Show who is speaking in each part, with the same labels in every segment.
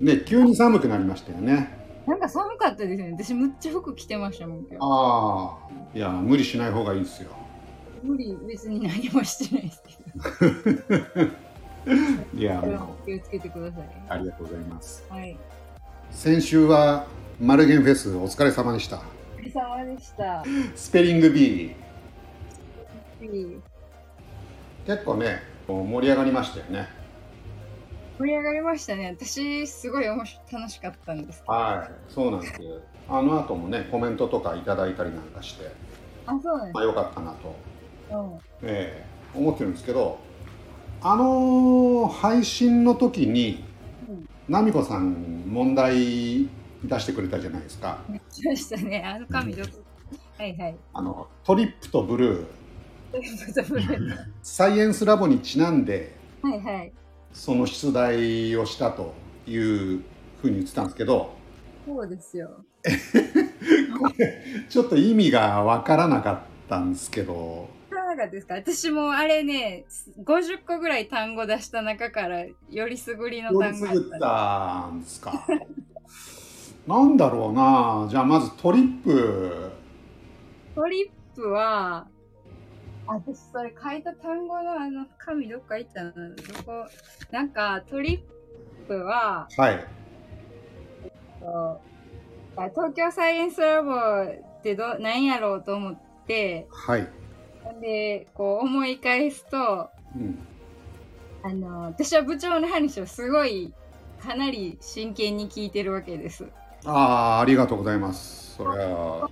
Speaker 1: ね、急に寒くなりましたよね。
Speaker 2: なんか寒かったですね。私、むっちゃ服着てましたもん、今日。
Speaker 1: ああ、いや、無理しない方がいいですよ。
Speaker 2: 無理、別に何もしてないですけど。
Speaker 1: いや、も、
Speaker 2: 気をつけてくださいう
Speaker 1: ありがとうございます。。
Speaker 2: はい。
Speaker 1: 先週は、マルゲンフェス、お疲れ様でした。
Speaker 2: お疲れ様でした。
Speaker 1: スペリング B、
Speaker 2: 次
Speaker 1: 結構ね、盛り上がりましたよね。
Speaker 2: 盛り上がりましたね。私、すごい面白楽しかったんですけど。
Speaker 1: はい、そうなんです。あの後もね、コメントとかいただいたりなんかして、
Speaker 2: あ、そうなんで
Speaker 1: まあ、良かったなと、
Speaker 2: すか。うん
Speaker 1: ええ思ってるんですけど、あの配信の時に、
Speaker 2: うん
Speaker 1: ナミコさん問題出してくれたじゃないですか。
Speaker 2: しましたね。あの髪どこ、はい はい。
Speaker 1: あのトリップとブルー
Speaker 2: ということで
Speaker 1: サイエンスラボにちなんで
Speaker 2: はいはい。
Speaker 1: その出題をしたというふうに言ってたんですけど
Speaker 2: そうですよ。
Speaker 1: ちょっと意味がわからなかったんですけど
Speaker 2: いかがですか私もあれね、50個ぐらい単語出した中から、よりすぐりの
Speaker 1: どれ
Speaker 2: 単語だ
Speaker 1: 作っ
Speaker 2: った
Speaker 1: んですかなんだろうなじゃあまずトリップ
Speaker 2: トリップは、あ私それ書いた単語のあの紙どっか行ったな。どこなんかトリップは、
Speaker 1: はい
Speaker 2: とあ東京サイエンスラボってどなんやろうと思って、
Speaker 1: はい、
Speaker 2: ほんで、こう思い返すと、
Speaker 1: うん、
Speaker 2: あの私は部長の話をすごいかなり真剣に聞いてるわけです。
Speaker 1: ああありがとうございますそれは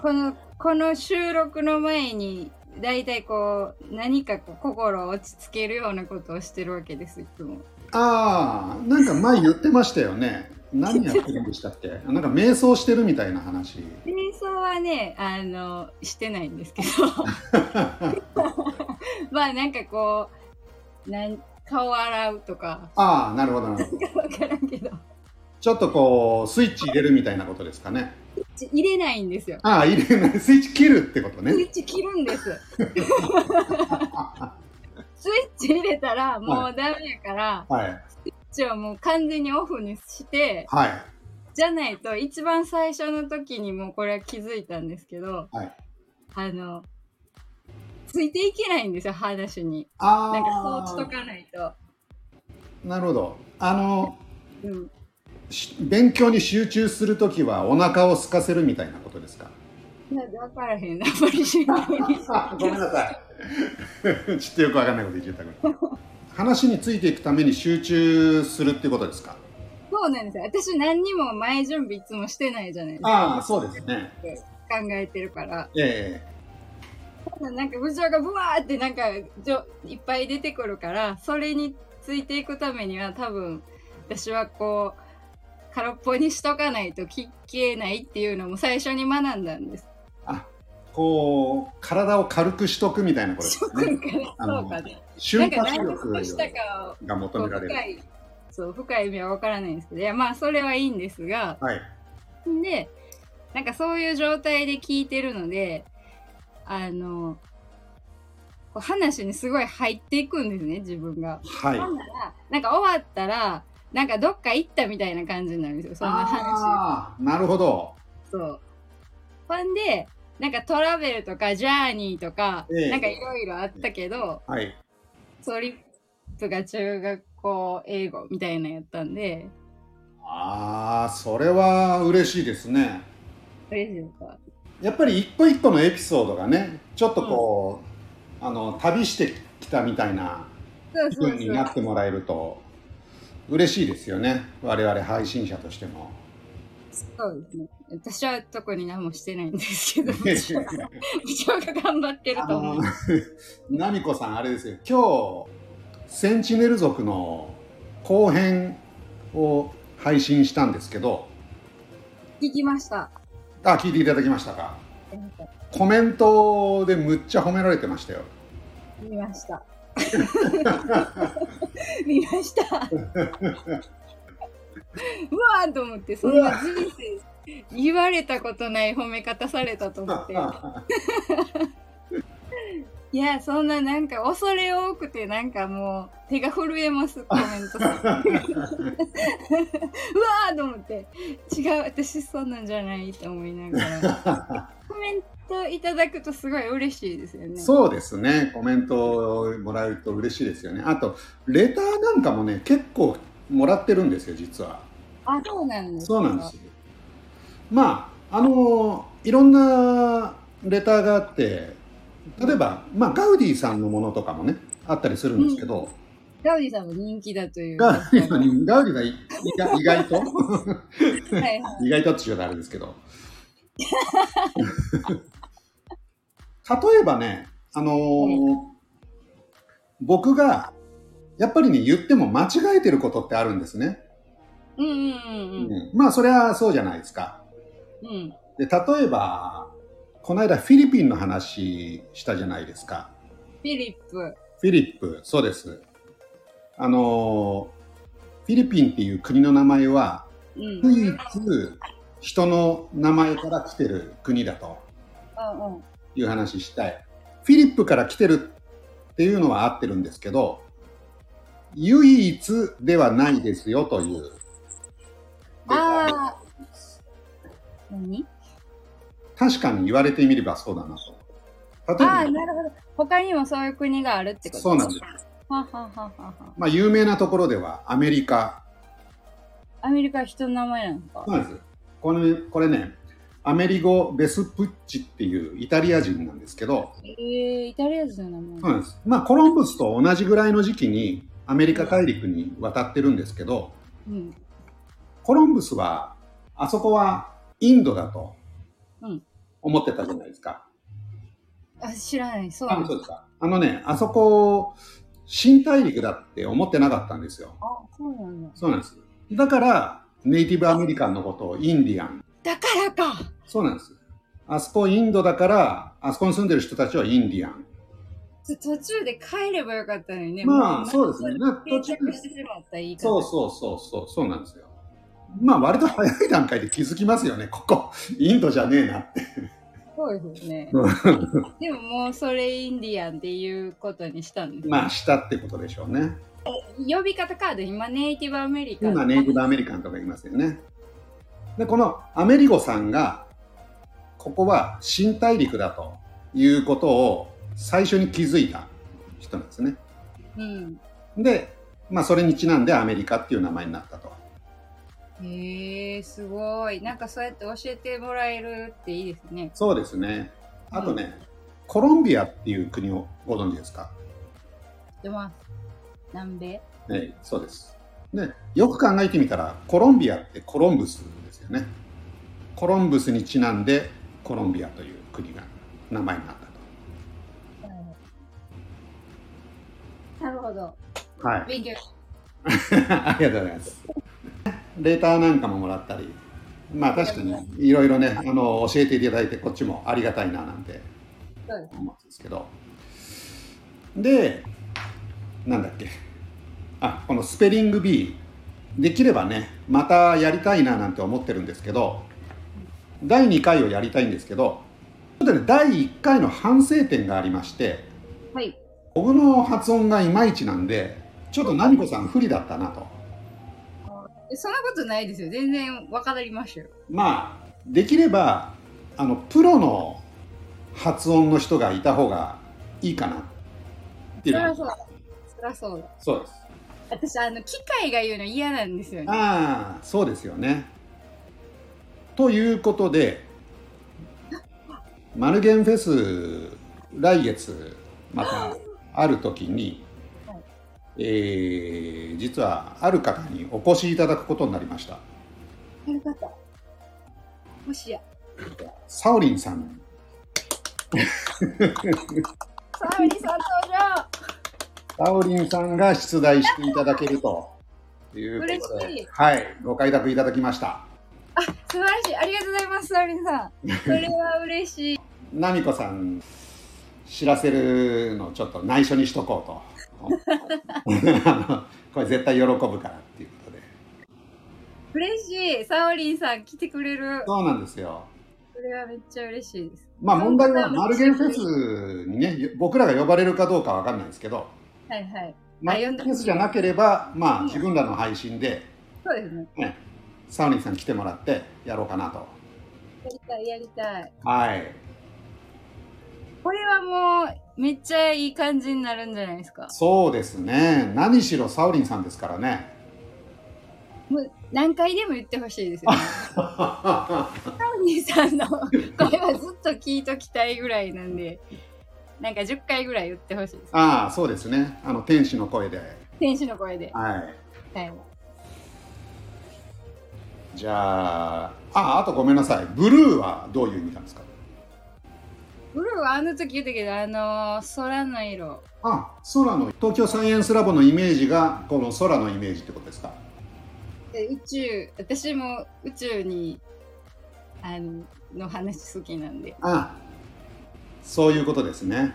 Speaker 2: このこの収録の前にだいたいこう何かこう心を落ち着けるようなことをしてるわけですいつも。
Speaker 1: ああなんか前言ってましたよね何やってるんでしたっけなんか瞑想してるみたいな話
Speaker 2: 瞑想はねあのしてないんですけど まあなんかこうなん顔洗うとか
Speaker 1: ああなるほどなるほど
Speaker 2: わからんけど
Speaker 1: ちょっとこうスイッチ入れるみたいなことですかね
Speaker 2: ち入れないんですよ。
Speaker 1: ああ入れない スイッチ切るってこと
Speaker 2: スイ
Speaker 1: ね
Speaker 2: ッチ切るんです。 スイッチ入れたらもうダメやから、
Speaker 1: はい
Speaker 2: スイッチはもう完全にオフにして、
Speaker 1: はい
Speaker 2: じゃないと一番最初の時にもうこれは気づいたんですけど、
Speaker 1: はい
Speaker 2: あの、ついていけないんですよ、話に。
Speaker 1: あ
Speaker 2: なんか
Speaker 1: あ
Speaker 2: そうしとかないと。
Speaker 1: なるほどあの
Speaker 2: うん、
Speaker 1: し勉強に集中するときはお腹を空かせるみたいなことですか
Speaker 2: なんで分からへん、あんまりし ない。
Speaker 1: あごめんなさい ちょっとよくわかんないこと言っちゃったから話についていくために集中するってことですか
Speaker 2: そうなんですよ。私何にも前準備いつもしてないじゃないですか。
Speaker 1: ああそうですね
Speaker 2: 考えてるから。
Speaker 1: ええ
Speaker 2: なんか部長がブワーってなんかじょいっぱい出てくるからそれについていくためには多分私はこう空っぽにしとかないと聞けないっていうのも最初に学んだんです。
Speaker 1: あこう体を軽くしとくみたいなことです
Speaker 2: そう
Speaker 1: ね
Speaker 2: か
Speaker 1: あ
Speaker 2: そ
Speaker 1: の
Speaker 2: うかね。な
Speaker 1: 瞬
Speaker 2: んか
Speaker 1: 発
Speaker 2: 何を
Speaker 1: 力
Speaker 2: したか
Speaker 1: が
Speaker 2: をこ
Speaker 1: 求め
Speaker 2: う
Speaker 1: られる
Speaker 2: 深いそう深い意味は分からないんですけどいやまあそれはいいんですが
Speaker 1: はい。
Speaker 2: でなんかそういう状態で聞いてるのであのこう話にすごい入っていくんですね自分が。
Speaker 1: はい。
Speaker 2: ほんなら、なんか終わったら、なんかどっか行ったみたいな感じになるんですよ、その話。
Speaker 1: あーなるほど。
Speaker 2: そう。ほんで、なんかトラベルとかジャーニーとか、
Speaker 1: ええ
Speaker 2: なんかいろいろあったけど、
Speaker 1: はい。
Speaker 2: トリップが中学校英語みたいなのやったんで、
Speaker 1: ああ、それは嬉しいですね。
Speaker 2: 嬉しいですか。
Speaker 1: やっぱり一個一個のエピソードがね、ちょっとこう、あの旅してきたみたいな
Speaker 2: そうそう
Speaker 1: 風
Speaker 2: そ
Speaker 1: に
Speaker 2: う。
Speaker 1: なってもらえると嬉しいですよね。我々配信者として も。
Speaker 2: そうですね。私は特に何もしてないんですけど、部長が部長が頑張ってる
Speaker 1: あ
Speaker 2: と思う
Speaker 1: の。、ナミコさんあれですよ。今日センチネル族の後編を配信したんですけど、
Speaker 2: 聞きました。
Speaker 1: あ、聞いていただきましたか。コメントでむっちゃ褒められてましたよ。
Speaker 2: 見ました。見ました。うわーと思って、そんな人生言われたことない褒め方されたと思って。いや、そんななんか恐れ多くてなんかもう手が震 えます、コメント。うわーと思って、違う、私そんなんじゃないと思いながら。 コメントいただくとすごい嬉しいですよね。
Speaker 1: そうですね、コメントをもらえると嬉しいですよね。あと、レターなんかもね、結構もらってるんですよ、実は。
Speaker 2: あ、そうなんですか
Speaker 1: そうなんですよ。まあ、あのーいろんなレターがあって、例えば、まあ、ガウディさんのものとかもね、あったりするんですけど、
Speaker 2: ガウディさんも人気だという。
Speaker 1: ガウディさんに、ガウディさんい意外意外と、
Speaker 2: はいはい。
Speaker 1: 意外とって言うとあれですけど。例えばね、あのー僕が、やっぱりね、言っても間違えてることってあるんですね。
Speaker 2: うんうんうん
Speaker 1: まあ、それはそうじゃないですか。
Speaker 2: うん。うん。
Speaker 1: で例えばこの間フィリピンの話したじゃないですか
Speaker 2: フィリップ。
Speaker 1: フィリップそうですあのフィリピンっていう国の名前は
Speaker 2: うん。うん
Speaker 1: 唯一人の名前から来てる国だと
Speaker 2: うん。
Speaker 1: いう話したいフィリップから来てるっていうのは合ってるんですけど唯一ではないですよという
Speaker 2: ああ。何
Speaker 1: 確かに言われてみればそうだなと例え
Speaker 2: あ
Speaker 1: ば
Speaker 2: あ、なるほど。他にもそういう国があるってこと
Speaker 1: そうなんです
Speaker 2: す。ははははは。
Speaker 1: まあ、有名なところではアメリカ
Speaker 2: アメリカは人の名前なのか。
Speaker 1: そうなんですこれこれねアメリゴ・ベスプッチっていうイタリア人なんですけど
Speaker 2: えー、イタリア人の
Speaker 1: そう
Speaker 2: 名前。
Speaker 1: なんです、まあ、コロンブスと同じぐらいの時期にアメリカ大陸に渡ってるんですけど
Speaker 2: うん。
Speaker 1: コロンブスはあそこはインドだと
Speaker 2: うん
Speaker 1: 思ってたじゃないですか。
Speaker 2: あ、知らない。そうな
Speaker 1: あ
Speaker 2: んだ
Speaker 1: そうですかあのねあそこ新大陸だって思ってなかったんですよ。
Speaker 2: あ、そうなんだ。
Speaker 1: そうなんですだからネイティブアメリカンのことをインディアン
Speaker 2: だからか。
Speaker 1: そうなんです。あそこインドだから、あそこに住んでる人たちはインディアン。
Speaker 2: ちょ途中で帰ればよかったのにね。
Speaker 1: まあ
Speaker 2: も
Speaker 1: そうですね
Speaker 2: なんか
Speaker 1: 途
Speaker 2: 定
Speaker 1: 中
Speaker 2: 着してしまった言い方。
Speaker 1: そうそうそうそう、そうなんですよ。まあ割と早い段階で気づきますよね、ここ、インドじゃねえなって。
Speaker 2: そうですよ ね
Speaker 1: う。
Speaker 2: でももうそれインディアンっていうことにしたんです。
Speaker 1: まあしたってことでしょうね。
Speaker 2: 呼び方カード、今ネイティブアメリカン。
Speaker 1: 今ネイティブアメリカンとか言いますよね。で、このアメリゴさんが、ここは新大陸だということを最初に気づいた人なんですね。
Speaker 2: うん。
Speaker 1: で、まあそれにちなんでアメリカっていう名前になったと。
Speaker 2: へえー、すごい。なんかそうやって教えてもらえるっていいですね。
Speaker 1: そうですね。あとね、コロンビアっていう国をご存知ですか。
Speaker 2: でます。南米
Speaker 1: はい、そうです。で、よく考えてみたら、コロンビアってコロンブスですよね。コロンブスにちなんで、コロンビアという国が名前になっ
Speaker 2: なるほど。
Speaker 1: たと。はい。
Speaker 2: 勉強。
Speaker 1: ありがとうございます。レーターなんかももらったり、まあ確かにいろいろね、あの教えていただいて、こっちもありがたいななんて
Speaker 2: そうです。
Speaker 1: 思うんですけどでなんだっけあこのスペリング B できればねまたやりたいななんて思ってるんですけど第2回をやりたいんですけどちょっとね第1回の反省点がありまして
Speaker 2: はい。
Speaker 1: 僕の発音がいまいちなんでちょっとナミコさん不利だったなと
Speaker 2: えそんなことないですよ。全然わかりましたよ。
Speaker 1: まあできればあのプロの発音の人がいた方がいいかなってい
Speaker 2: そう
Speaker 1: の
Speaker 2: ら
Speaker 1: が
Speaker 2: そうだ。そらそうだ。
Speaker 1: そうです
Speaker 2: 私、あの、機械が言うの嫌なんですよね。
Speaker 1: ああそうですよね。ということで「マルゲンフェス」来月またある時に
Speaker 2: はい、
Speaker 1: えー実はある方にお越しいただくことになりました
Speaker 2: やり方。もしや。
Speaker 1: サオリンさん
Speaker 2: サウリさん登場
Speaker 1: サオリンさんが出題していただけるということ
Speaker 2: 嬉し
Speaker 1: で
Speaker 2: い、
Speaker 1: はい、ご開拓いただきました
Speaker 2: 素晴らしい。ありがとうございます、サウリさん。それは嬉しい。
Speaker 1: ナミコさん知らせるのちょっと内緒にしとこうと あのこれ絶対喜ぶからっていうことで
Speaker 2: 嬉しい。サウリさん来てくれる。
Speaker 1: そうなんですよ
Speaker 2: それはめっちゃ嬉しいです。
Speaker 1: まあ
Speaker 2: そう
Speaker 1: 問題は
Speaker 2: そう
Speaker 1: マルゲンフェスにね僕らが呼ばれるかどうかわかんないですけど
Speaker 2: はいはい。
Speaker 1: マルゲンフェスじゃなければまあ自分らの配信で、
Speaker 2: そうですね。
Speaker 1: ね、サウニーさん来てもらってやろうかなと
Speaker 2: やりたい、やりたい。
Speaker 1: はい
Speaker 2: これはもう、めっちゃいい感じになるんじゃないですか。
Speaker 1: そうですね何しろサウリンさんですからね
Speaker 2: もう何回でも言ってほしい ですよね。タウニーさんの声はずっと聞いときたいぐらいなんで、なんか10回ぐらい言ってほしいです。
Speaker 1: ああそうですねあの天使の声で
Speaker 2: 選手の声で。
Speaker 1: はい
Speaker 2: はい。
Speaker 1: じゃあああとごめんなさいブルーはどういう意味なんですか
Speaker 2: ブルーはあの時言ったけど、あのー空の色。
Speaker 1: あ空の東京サイエンスラボのイメージがこの空のイメージってことですか
Speaker 2: で宇宙、私も宇宙に、あの、の話好きなんで。
Speaker 1: あそういうことですね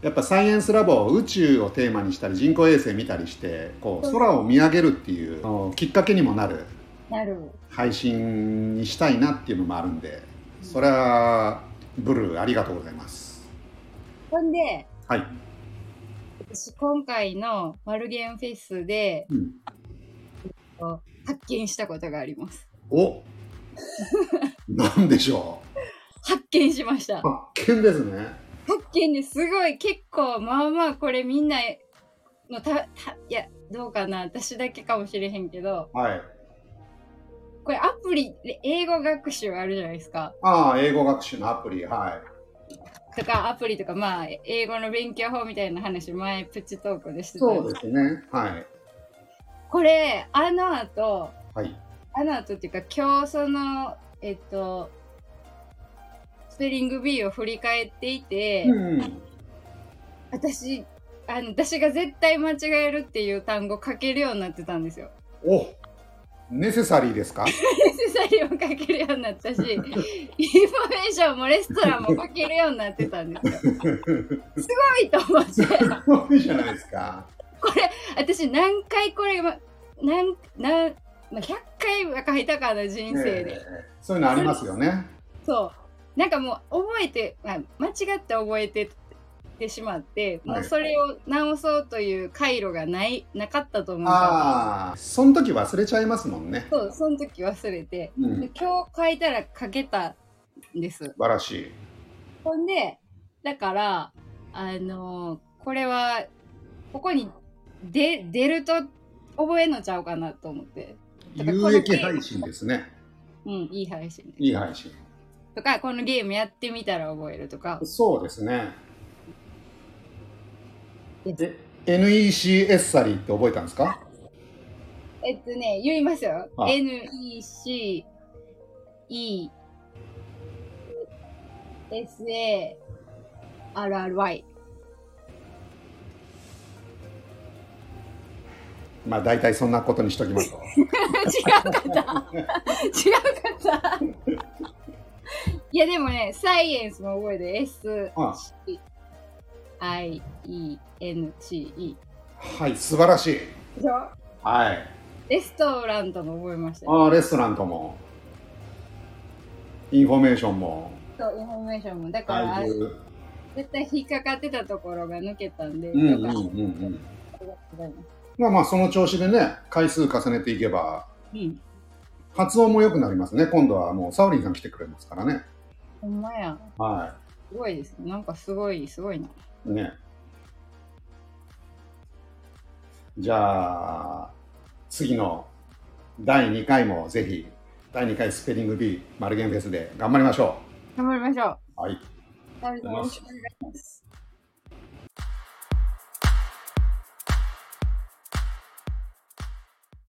Speaker 1: やっぱサイエンスラボ宇宙をテーマにしたり人工衛星見たりしてこう空を見上げるっていうあのきっかけにもなる
Speaker 2: なるほど。
Speaker 1: 配信にしたいなっていうのもあるんでそれはブルーありがとうございます
Speaker 2: ほんで、
Speaker 1: はい、
Speaker 2: 私今回のマルゲンフェスで
Speaker 1: うん、
Speaker 2: こう発見したことがあります。
Speaker 1: お なんでしょ
Speaker 2: 発見しました
Speaker 1: う。発見ですね
Speaker 2: 発見ですごい結構まあまあこれみんなのたたいやどうかな私だけかもしれへんけど
Speaker 1: はい
Speaker 2: これアプリで英語学習あるじゃないですか
Speaker 1: ああ英語学習のアプリはい
Speaker 2: とかアプリとかまあ英語の勉強法みたいな話前プチトークでしてた
Speaker 1: そうですねはい
Speaker 2: これあの後
Speaker 1: はい
Speaker 2: あの後っていうか今日そのえっとスペリング B を振り返っていて、
Speaker 1: うん
Speaker 2: 私あの私が絶対間違えるっていう単語書けるようになってた んですよ。
Speaker 1: おネセサリーですか
Speaker 2: ネセサリーも書けるように なったしインフォメーションもレストランも書けるようになってたんですよ。すごいと思って
Speaker 1: そうじゃないですか
Speaker 2: これ私何回これま何何、まあ、100回は書いたかな人生で。
Speaker 1: ええそういうのありますよね
Speaker 2: そうなんかもう覚えて、まあ、間違って覚えてってしまって、
Speaker 1: はい
Speaker 2: もうそれを直そうという回路がないなかったと思うか
Speaker 1: ああその時忘れちゃいますもんね
Speaker 2: らそうその時忘れて、
Speaker 1: うん
Speaker 2: で今日書いたら書けたんで
Speaker 1: 素
Speaker 2: す
Speaker 1: 晴らしい
Speaker 2: ほんでだからあのーこれはここに出出ると覚えんのちゃうかなと思ってだからこの
Speaker 1: 有益配信ですね
Speaker 2: うんいい配信です
Speaker 1: いい配信
Speaker 2: とかこのゲームやってみたら覚えるとか
Speaker 1: そうですね
Speaker 2: え
Speaker 1: え NEC エッサリーって覚えたんですか
Speaker 2: えっとね、言いますよ。
Speaker 1: あ
Speaker 2: NEC、E、SA、RRY。
Speaker 1: まあ大体そんなことにしときますと
Speaker 2: 違うかった。違うかった。いや、でもね、サイエンスも覚えて、S、
Speaker 1: あ
Speaker 2: C、I、E、N、C、E。
Speaker 1: はい素晴らしい
Speaker 2: でしょ
Speaker 1: はい
Speaker 2: レストランとも覚えましたよ。
Speaker 1: あーレストランともインフォメーションも
Speaker 2: そう、インフォメーションも。だから、
Speaker 1: だいぶ
Speaker 2: 絶対引っかかってたところが抜けたんで、
Speaker 1: うんうんうん
Speaker 2: よかっ
Speaker 1: うん
Speaker 2: たと思い
Speaker 1: ま
Speaker 2: ま
Speaker 1: あまあその調子でね回数重ねていけば
Speaker 2: すうん。
Speaker 1: 発音も良くなりますね今度はもうサウリンさん来てくれますからね
Speaker 2: ほんまや。
Speaker 1: は
Speaker 2: すごいです。なんかすごい、すごいな。
Speaker 1: いねじゃあ次の第2回もぜひ第2回スペリング B マルゲンフェスで頑張りましょ
Speaker 2: 頑張りましょ
Speaker 1: うはいあ
Speaker 2: う。よ
Speaker 1: りがとうございま
Speaker 2: ろ
Speaker 1: す
Speaker 2: しくお願いします。